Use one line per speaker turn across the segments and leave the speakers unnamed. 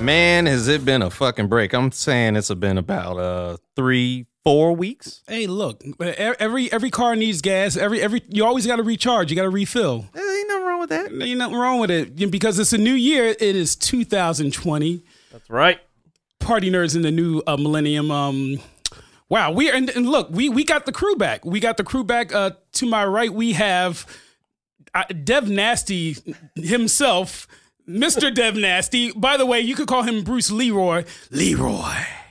has it been a fucking break? I'm saying it's been about uh three, four weeks.
Hey, look, e- every every car needs gas. Every every you always got to recharge. You got to refill.
There ain't nothing wrong with that.
Ain't nothing wrong with it you know, because it's a new year. It is 2020.
That's right.
Party nerds in the new uh, millennium. Um, wow, we and, and look, we we got the crew back. We got the crew back. Uh, to my right, we have uh, Dev Nasty himself, Mister Dev Nasty. By the way, you could call him Bruce Leroy. Leroy.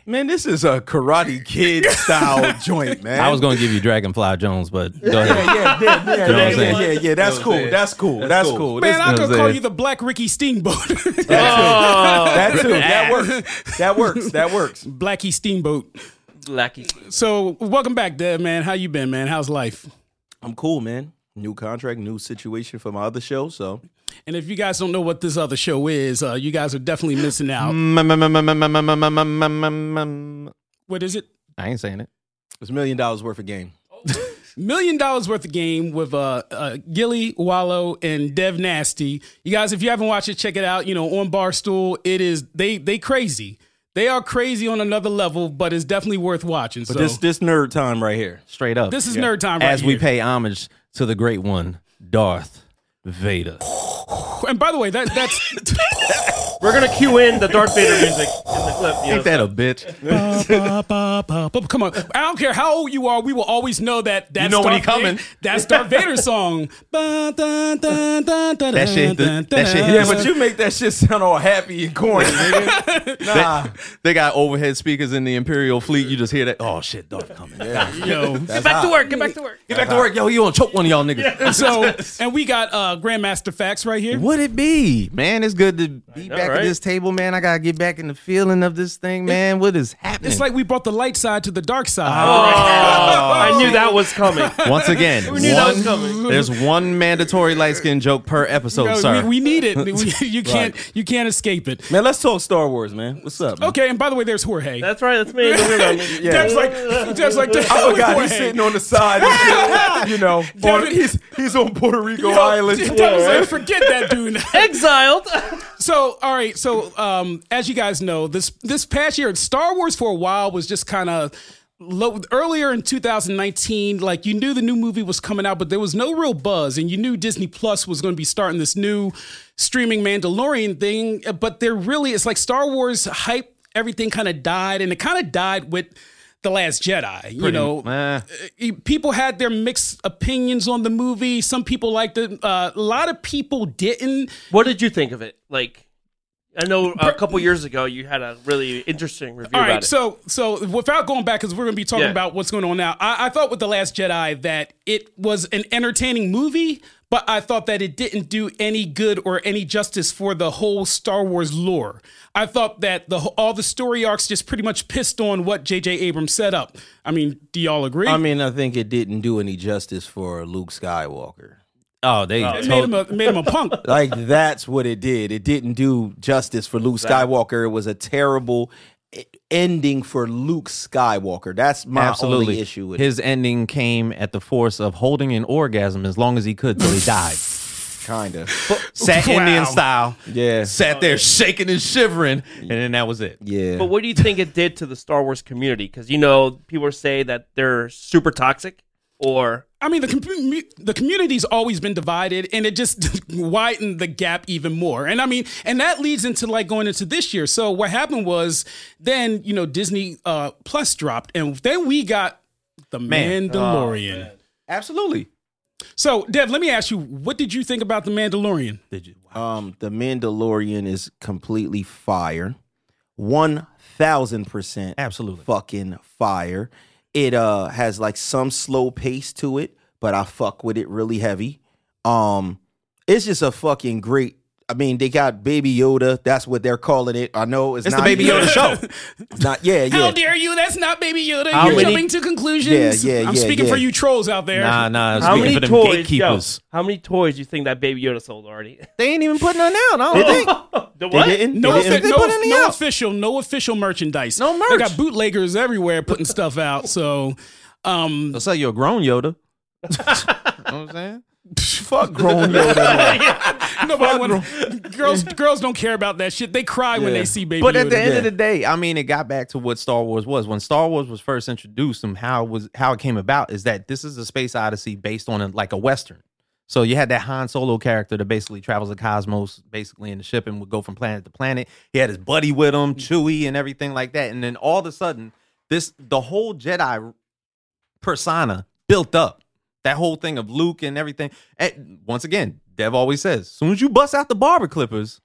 Man, this is a Karate Kid style joint, man.
I was gonna give you Dragonfly Jones, but go ahead.
Yeah, yeah, yeah, yeah,
what
yeah,
I'm saying?
yeah, yeah, yeah. That's
You know what I'm
cool.
saying?
That's cool. That's
cool.
cool.
Man,
This-
I
what
could
I'm
call
saying.
you the Black Ricky Steamboat.
Oh,
That too. That works. That works. That works.
Blackie Steamboat.
Blackie.
So, welcome back, Dev, man. How you been, man? How's life?
I'm cool, man. New contract, new situation for my other show. So
And if you guys don't know what this other show is, uh, you guys are definitely missing out.
Mm.
Mm,
What is it?
I ain't saying it.
it's a million dollars worth of game.
Million dollars worth of game with uh, uh, Gilly Wallow and Dev Nasty. You guys, if you haven't watched it, check it out. You know, on Barstool, it is they they crazy. They are crazy on another level, but it's definitely worth watching.
But
so
this this
this,
nerd time right here.
Straight up.
is nerd time, right
As we
here.
pay homage to the great one, Darth Vader.
And by the way, that that's
We're gonna cue in the Darth Vader music in the clip. You know,
Ain't that a bitch?
Ba, ba, ba, ba. Come on, I don't care how old you are. We will always know that. That's
know when he
Darth Vader-
coming.
That's Darth Vader's song. That
That shit- that shit-
Yeah, but you make that shit sound all happy and corny, nigga. Nah,
They got overhead speakers in the Imperial fleet. You just hear that. Oh shit, Darth coming.
yo.
that's
back to
hot.
work. Get back to work.
Get back to work, yo. You gonna choke one of y'all niggas?
So, and we got uh, Grandmaster Facts right here.
Would it be, man? It's good to be
know,
back
right?
at this table, man. I gotta get back in the feeling of this thing, man. what is happening?
It's like we brought the light side to the dark
Oh,
side.
I knew that was coming.
once again,
knew that was
one,
coming.
there's one mandatory light skin joke per episode,
Yo,
Oh, sir.
we, we need it. We- you can't. You can't escape it.
Man, let's talk Star Wars, man. What's up? Man?
Okay, and by the way, there's Jorge.
That's right. That's me. Don't worry about me.
Dev's like, Dev's like,
I forgot Oh, he's sitting on the side. and shit, you know,
Devin-
he's he's on Puerto Rico Island.
Dev's like, forget that dude.
Exiled.
So, all right. So, um, as you guys know, this this past year, Star Wars for a while was just kind of low. Earlier in 2019, like you knew the new movie was coming out, but there was no real buzz, and you knew Disney Plus was going to be starting this new streaming Mandalorian thing. But there really, it's like Star Wars hype. Everything kind of died, and it kind of died with the Last Jedi. You know, E,
Eh,
Uh,
people had their mixed opinions on the movie. Some people liked it. Uh, a lot of people didn't.
What did you think of it? Like, I know a couple years ago you had a really interesting review
All
about
right,
it.
so so without going back, because we're gonna be talking
Yeah.
about what's going on now. I, I thought with the Last Jedi that it was an entertaining movie, but I thought that it didn't do any good or any justice for the whole Star Wars lore. I thought that the wh- all the story arcs just pretty much pissed on what J.J. Abrams set up. I mean, do y'all agree?
I mean, I think it didn't do any justice for Luke Skywalker.
oh, they
it made him a made him a punk.
Like that's what it did. It didn't do justice for Luke Skywalker. It was a terrible e- ending for Luke Skywalker. That's my
absolutely
only issue with
His ending came at the force of holding an orgasm as long as he could till he died.
kind of.
Sat
Wow.
Indian style.
Yeah.
Sat there shaking and shivering, and then that was it.
Yeah.
But what do you think it did to the Star Wars community? Because you know people say that they're super toxic, or
I mean, the com- the community's always been divided, and it just widened the gap even more. And I mean, and that leads into like going into this year. So what happened was, then you know Disney uh, Plus dropped, and then we got the
Man.
Mandalorian.
Absolutely.
So Dev, let me ask you, what did you think about the Mandalorian?
Did you? wow.
Um, the Mandalorian is completely fire. One thousand percent.
Absolutely.
Fucking fire. It uh has like some slow pace to it, but I fuck with it really heavy. Um, it's just a fucking great. I mean, they got Baby Yoda. That's what they're calling it. I know it's,
It's the
not
Baby Yoda show.
It's not. Yeah,
How
yeah.
dare you? That's not Baby Yoda.
How
You're
many-
jumping to conclusions.
Yeah, yeah,
I'm
yeah,
speaking
yeah.
for you trolls out there.
Nah, nah.
how
Speaking
many
for them
toys? yo,
gatekeepers,
how many toys do you think that Baby Yoda sold already?
they ain't even putting none out. I don't think.
the
They
what?
didn't.
No,
They
offi-
didn't-
they
no,
put any
no
out.
official, no official merchandise.
No
They
merch.
got bootleggers everywhere putting stuff out. So, um,
It's like you're a grown Yoda. you know what I'm saying?
fuck grown Yoda.
Yeah.
Nobody want girls. Girls don't care about that shit. They cry when
Yeah.
they see Baby
But at the
Yoda.
end
Yeah.
of the day, I mean, it got back to what Star Wars was. When Star Wars was first introduced, and how it was how it came about is that this is a space odyssey based on a, like a western. So you had that Han Solo character that basically travels the cosmos, basically in the ship, and would go from planet to planet. He had his buddy with him, Chewie, and everything like that. And then all of a sudden, this the whole Jedi persona built up. That whole thing of Luke and everything. And once again, Dev always says, as soon as you bust out the barber clippers,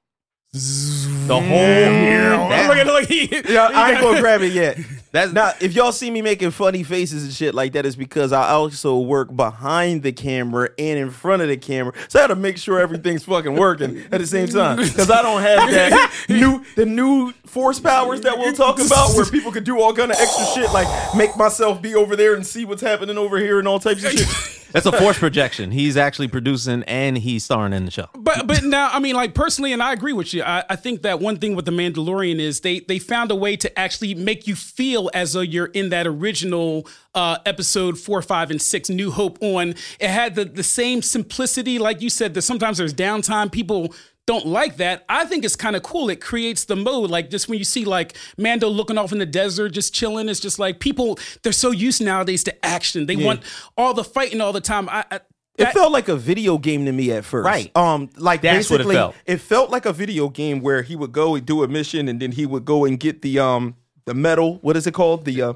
the whole
I'm looking like he.
Yeah, I ain't gonna grab it yet.
That's
Now, if y'all see me making funny faces and shit like that, it's because I also work behind the camera and in front of the camera, so I got to make sure everything's fucking working at the same time. Because I don't have that new the new force powers that we'll talk about, where people could do all kind of extra shit, like make myself be over there and see what's happening over here and all types of shit.
That's a force projection. He's actually producing and he's starring in the show.
But but now I mean like personally, and I agree with you. I, I think that one thing with the Mandalorian is they they found a way to actually make you feel as though you're in that original uh, episode four, five, and six, New Hope. On it had the the same simplicity, like you said. That sometimes there's downtime. People don't like that. I think it's kind of cool. It creates the mode. Like just when you see like Mando looking off in the desert, just chilling. It's just like people they're so used nowadays to action. They want all the fighting all the time. I. I
It
that-
felt like a video game to me at first,
Right.
Um, like
That's what it
basically,
felt.
it felt like a video game where he would go and do a mission, and then he would go and get the um the medal. What is it called? The uh,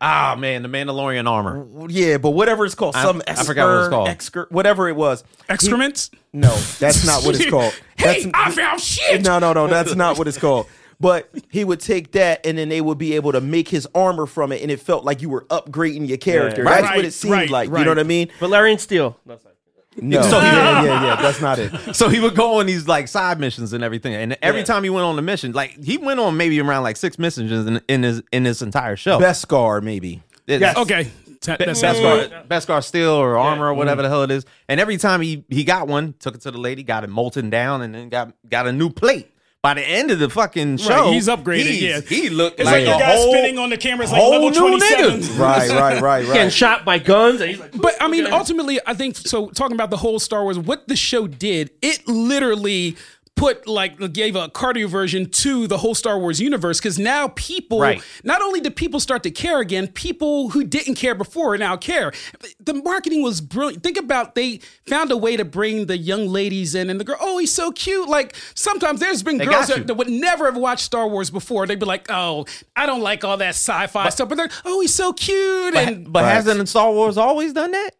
Ah man, the Mandalorian armor.
Yeah, but whatever it's called,
I-
some
I forgot what it's
excer-
called.
excre- whatever it was.
excrements.
No, that's not what it's called.
hey,
That's-
I found shit.
no, no, no, that's not what it's called. But he would take that, and then they would be able to make his armor from it, and it felt like you were upgrading your character.
Right.
that's what it seemed
Right,
like. You
right.
know what I mean?
Valerian Steel. No, sorry.
No,
So-
yeah, yeah, yeah, that's not it.
So he would go on these like side missions and everything. And every time he went on a mission, like he went on maybe around like six missions in, in his in his entire show.
Beskar, maybe.
It's-
Yes.
Okay, Mm. Mm-hmm. Ta- that sounds right.
Beskar, Beskar steel or armor or whatever the hell it is. And every time he he got one, took it to the lady, got it molten down, and then got got a new plate. By the end of the fucking show,
he's upgraded,
he's-
yeah.
he looked
It's
like,
like the
a
guy
whole,
spinning on the camera is like
whole
level
new
27.
nigga.
Right, right, right,
Getting
right.
shot by guns. And he's like,
But I mean, ultimately, I think so. Talking about the whole Star Wars, what the show did, it literally put like gave a cardio version to the whole Star Wars universe because now people
Right.
not only do people start to care again, people who didn't care before now care. The marketing was brilliant. Think about they found a way to bring the young ladies in and the girl, oh, he's so cute. Like sometimes there's been girls
got
that,
you.
that would never have watched Star Wars before. They'd be like, oh, I don't like all that sci-fi stuff, but they're oh, he's so cute. and
But hasn't Star Wars always done that?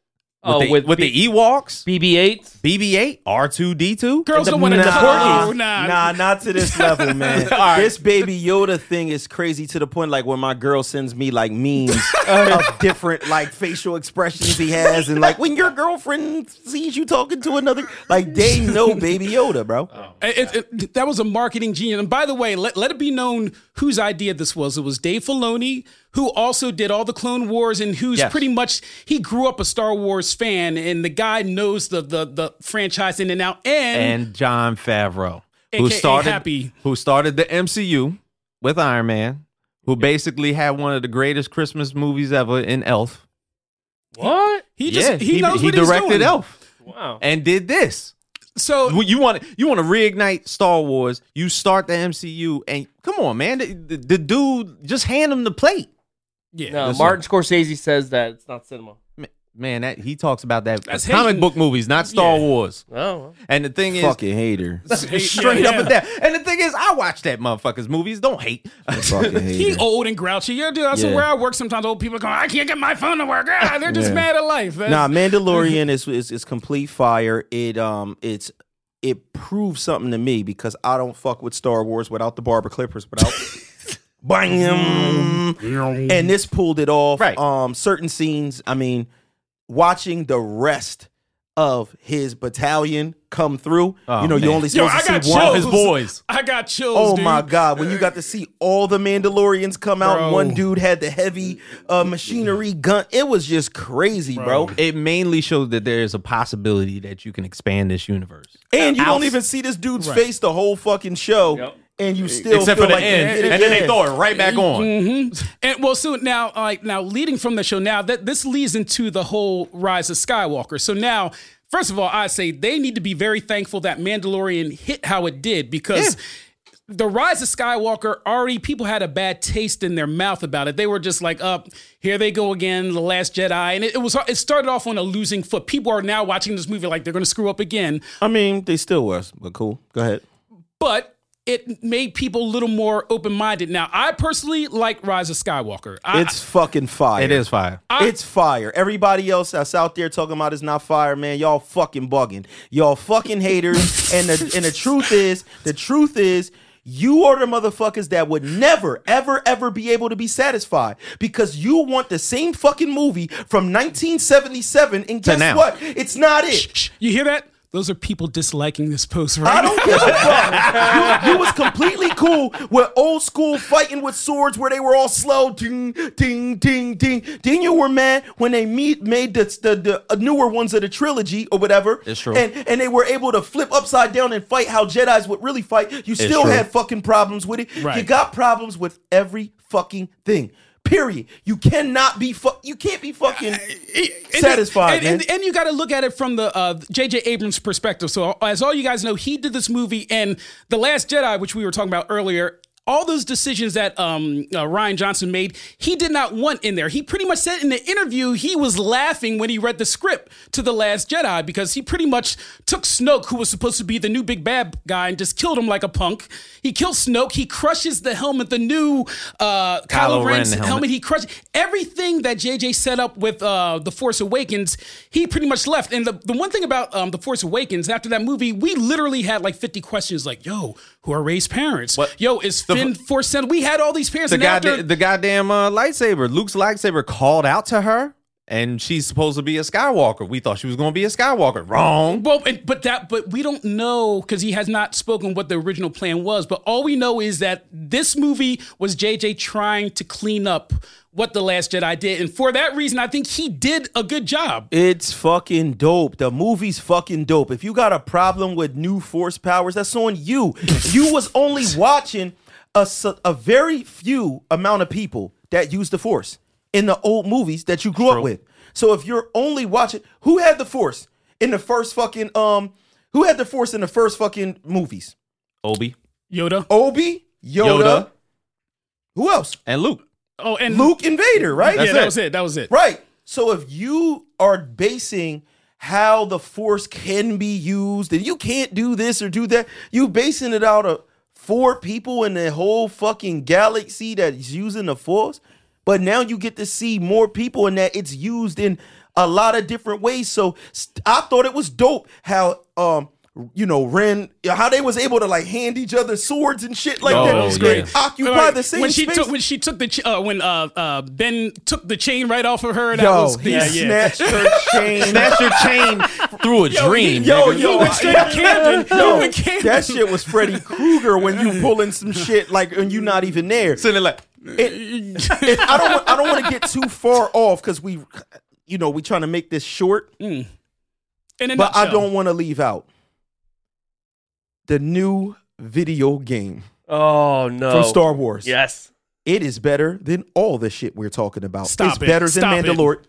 With,
Oh,
the, E?
with
with,
B-
the Ewoks,
BB-8.
BB-8, R2D2.
girls
And
don't
the-
Oh, want to
Nah.
talk.
nah, nah, not to this level, man. This baby Yoda thing is crazy to the point like when my girl sends me like memes of different like facial expressions he has, and like when your girlfriend sees you talking to another, like they know baby Yoda, bro.
It- it- it- that was a marketing genius. And by the way, let, let it be known whose idea this was. It was Dave Filoni, who also did all the Clone Wars, and who's
Yes.
pretty much he grew up a Star Wars fan, and the guy knows the the, the franchise in and out. And,
And John Favreau, who
AKA
started
Happy.
who started the MCU with Iron Man, who basically had one of the greatest Christmas movies ever in Elf.
What?
he just he, knows what
directed
he's doing.
Elf
Wow.
and did this.
So
Well, You want you want to reignite Star Wars? You start the MCU, and come on, man, the, the, the dude just hand him the plate.
yeah,
No, uh, Martin Scorsese says that it's not cinema.
Man, that he talks about that
That's
comic
hating.
book movies, not Star
Yeah.
Wars.
Oh, well.
And the thing is,
Fucking hater.
straight
Yeah,
up
yeah.
and down. And the thing is, I watch that motherfucker's movies. Don't hate.
Fucking
He
hater.
old and grouchy. Yeah, dude. That's
Yeah.
where I work. Sometimes old people go, I can't get my phone to work. Ah, they're just
Yeah.
mad at life. That's-
Nah, Mandalorian is, is is complete fire. It um it's it proves something to me because I don't fuck with Star Wars without the barber clippers without bam. And this Mm-hmm. pulled it off.
Right.
Um certain scenes, I mean, watching the rest of his battalion come through.
Oh,
you know, you
man.
only
Yo,
supposed
I
to
got
see one
chills.
his boys.
I got chills.
Oh
dude.
my God! When you got to see all the Mandalorians come out,
Bro.
one dude had the heavy uh, machinery gun. It was just crazy, bro.
It mainly shows that there is a possibility that you can expand this universe.
And you
Outs-
don't even see this dude's face the whole fucking show.
Yep.
and you still
except
feel
for the
like you
end,
did it.
and then they
Yeah.
throw it right back on.
hmm And well, so now, like now, leading from the show, now that this leads into the whole rise of Skywalker. So now, first of all, I say they need to be very thankful that Mandalorian hit how it did because. The rise of Skywalker already people had a bad taste in their mouth about it. They were just like, "Up here they go again, the Last Jedi," and it, it was it started off on a losing foot. People are now watching this movie like they're going to screw up again,
I mean, they still was, but cool. Go ahead.
but it made people a little more open minded. Now, I personally like Rise of Skywalker. I,
It's fucking fire.
It is fire.
It's fire. Everybody else that's out there talking about it's not fire, man, y'all fucking bugging. Y'all fucking haters. and the and the truth is, the truth is, you are the motherfuckers that would never, ever, ever be able to be satisfied because you want the same fucking movie from 1977. And guess
now.
what? It's not it.
Shh, you hear that? Those are people disliking this post right
I
now.
don't give a fuck. You, you was completely cool with old school fighting with swords where they were all slow. Ding, ding, ding, ding. Then you were mad when they meet, made the, the, the uh, newer ones of the trilogy or whatever.
It's true.
And, and they were able to flip upside down and fight how Jedi's would really fight. You still
true.
had fucking problems with it. You
Right.
got problems with every fucking thing. Period. You cannot be fu- You can't be fucking satisfied,
and,
man.
and, and you got to look at it from the uh, J.J. Abrams perspective. So, as all you guys know, he did this movie and The Last Jedi, which we were talking about earlier. All those decisions that um, uh, Ryan Johnson made, he did not want in there. He pretty much said in the interview he was laughing when he read the script to The Last Jedi because he pretty much took Snoke, who was supposed to be the new big bad guy, and just killed him like a punk. He kills Snoke. He crushes the helmet, the new uh, Kylo,
Kylo Ren
Ren's
helmet.
helmet. He crushed everything that JJ set up with uh, The Force Awakens. He pretty much left. And the, the one thing about um, The Force Awakens, after that movie, we literally had like 50 questions like, yo, who are Ray's parents? Yo, is Finn Force Sensitive? We had all these parents.
The
and
goddamn,
after,
the goddamn uh, lightsaber, Luke's lightsaber, called out to her, and she's supposed to be a Skywalker. We thought she was going to be a Skywalker. Wrong.
well, and, but that, but we don't know because he has not spoken what the original plan was. But all we know is that this movie was JJ trying to clean up what the Last Jedi did, and for that reason, I think he did a good job.
It's fucking dope. The movie's fucking dope. If you got a problem with new force powers, that's on you. you was only watching a, s- a very few amount of people that use the force in the old movies that you grew up with. So if you're only watching, who had the force in the first fucking um, who had the force in the first fucking movies?
Obi
Yoda.
Obi, Yoda,
Yoda.
who else?
and Luke.
Oh, and
Luke and Vader, right?
Yeah, that
it.
was it. That was it.
Right. So if you are basing how the force can be used and you can't do this or do that, you basing it out of four people in the whole fucking galaxy that's using the force. But now you get to see more people and that it's used in a lot of different ways. So st- I thought it was dope how um you know Ren how they was able to like hand each other swords and shit like
Oh,
that.
that was great.
And Occupy
Like,
the same
when she
space.
took when she took the ch- uh, when uh, uh, Ben took the chain right off of her. That
Yo,
was
he
Oh, yeah, yeah.
snatched her chain.
That's your chain through a dream.
Yo,
nigga.
yo,
went straight to Camden.
Yo,
You went Camden.
That shit was Freddy Krueger when you pulling some shit like and you not even there.
sitting there like
It- it- I don't. wa- I don't want to get too far off because we, you know, we trying to make this short,
In a
but I
nutshell.
don't want to leave out the new video game
Oh no.
from Star Wars.
Yes.
It is better than all the shit we're talking about.
Stop
it's
it.
better than
Stop it.
Mandalorian.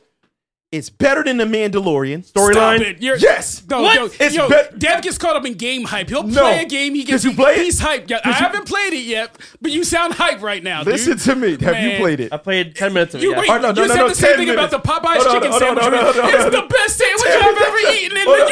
It's better than the Mandalorian
Stop
storyline.
it. You're,
Yes.
No,
What?
Yo,
It's
yo,
bet-
Dev gets caught up in game hype. He'll
No.
play a game. He gets
Did you play it?
He's hyped. Yeah, I haven't played it yet, but you sound hype right now.
Listen
dude.
to me. Have you
Man.
played it?
I played ten minutes of it.
You,
yeah.
wait,
Oh, no, no,
you
no,
said
no,
the same
10
thing about
minutes.
the Popeye's
Hold on,
chicken
hold on,
sandwich.
hold on, hold on,
it's
hold on.
the best sandwich I've ever eaten in
Hold
the
on.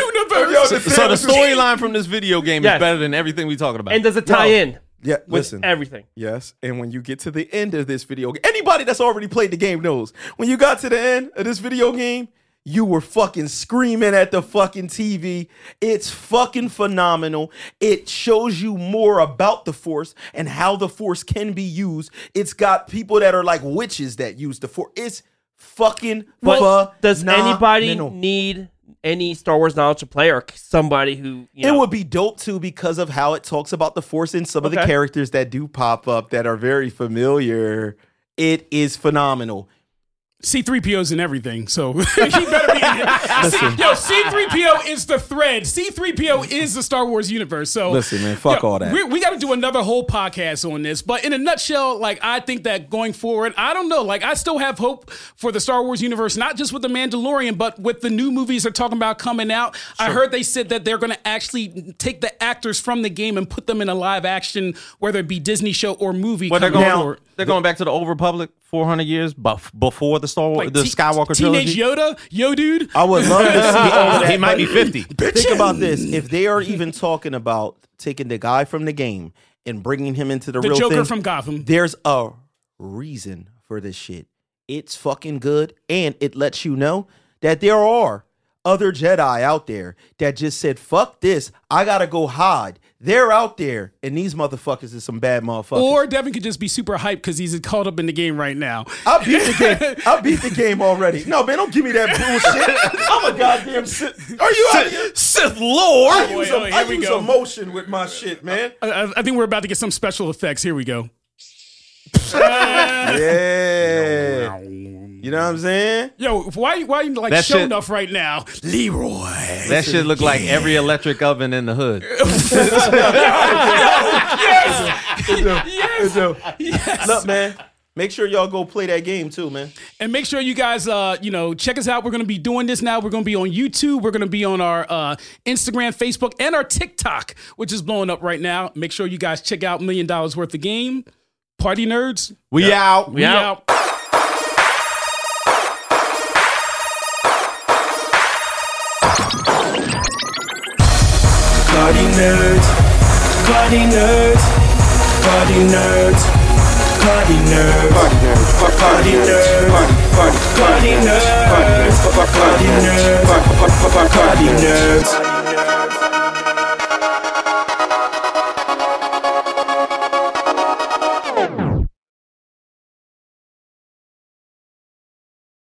Yo,
universe.
the
So the
sandwich-
storyline from this video game
Yes.
is better than everything we talking about.
And does it tie
No.
in
Yeah,
with
listen.
everything?
Yes, and when you get to the end of this video, ga- anybody that's already played the game knows. When you got to the end of this video game, you were fucking screaming at the fucking TV. It's fucking phenomenal. It shows you more about the force and how the force can be used. It's got people that are like witches that use the force. It's fucking
But
phenomenal.
does anybody need any Star Wars knowledge to play, or somebody who you
It
know,
would be dope too because of how it talks about the force and some of the
Okay.
characters that do pop up that are very familiar. It is phenomenal.
C3PO's in everything, so he better be in it. C- yo, C3PO is the thread. C3PO is the Star Wars universe. So
Listen, man, fuck all that.
We, we got to do another whole podcast on this. But in a nutshell, like I think that going forward, I don't know. Like I still have hope for the Star Wars universe, not just with the Mandalorian, but with the new movies they're talking about coming out. I heard they said that they're going to actually take the actors from the game and put them in a live action, whether it be Disney show or movie.
But they're
coming
going,
forward.
they're going back to the Old Republic 400 years bef- before the Star Wars,
Like
the
te-
Skywalker
teenage
trilogy.
Yoda, yo dude.
I would love to see all of that.
he might be 50.
Think about this: if they are even talking about taking the guy from the game and bringing him into the,
the
real
Joker
thing,
from Gotham.
there's a reason for this shit. It's fucking good, and it lets you know that there are other Jedi out there that just said, "Fuck this, I gotta go hide." They're out there, and these motherfuckers is some bad motherfuckers.
Or Devin could just be super hyped because he's caught up in the game right now.
I beat the game. I beat the game already. No, man, don't give me that bullshit. I'm a goddamn. Sith. Are you out of here?
Sith Lord!
I
Boy,
use,
oh,
em-
here
I
we
use
go.
emotion with my shit, man.
I- I, I think we're about to get some special effects. Here we go.
Yeah. You know what I'm saying?
Yo, why why you like
That
showing
shit-
off right now, Leroy?
That shit look like every electric oven in the hood.
Yes. Look, man. Make sure y'all go play that game too, man.
And make sure you guys, uh, you know, check us out. We're going to be doing this now. We're going to be on YouTube. We're going to be on our uh, Instagram, Facebook, and our TikTok, which is blowing up right now. Make sure you guys check out Million Dollars Worth of Game. Party nerds,
We out.
we
Yeah.
out.
Party nerds, party nerds, party nerds, party nerds, party nerds, party nerds, party nerds, party nerds, party nerds.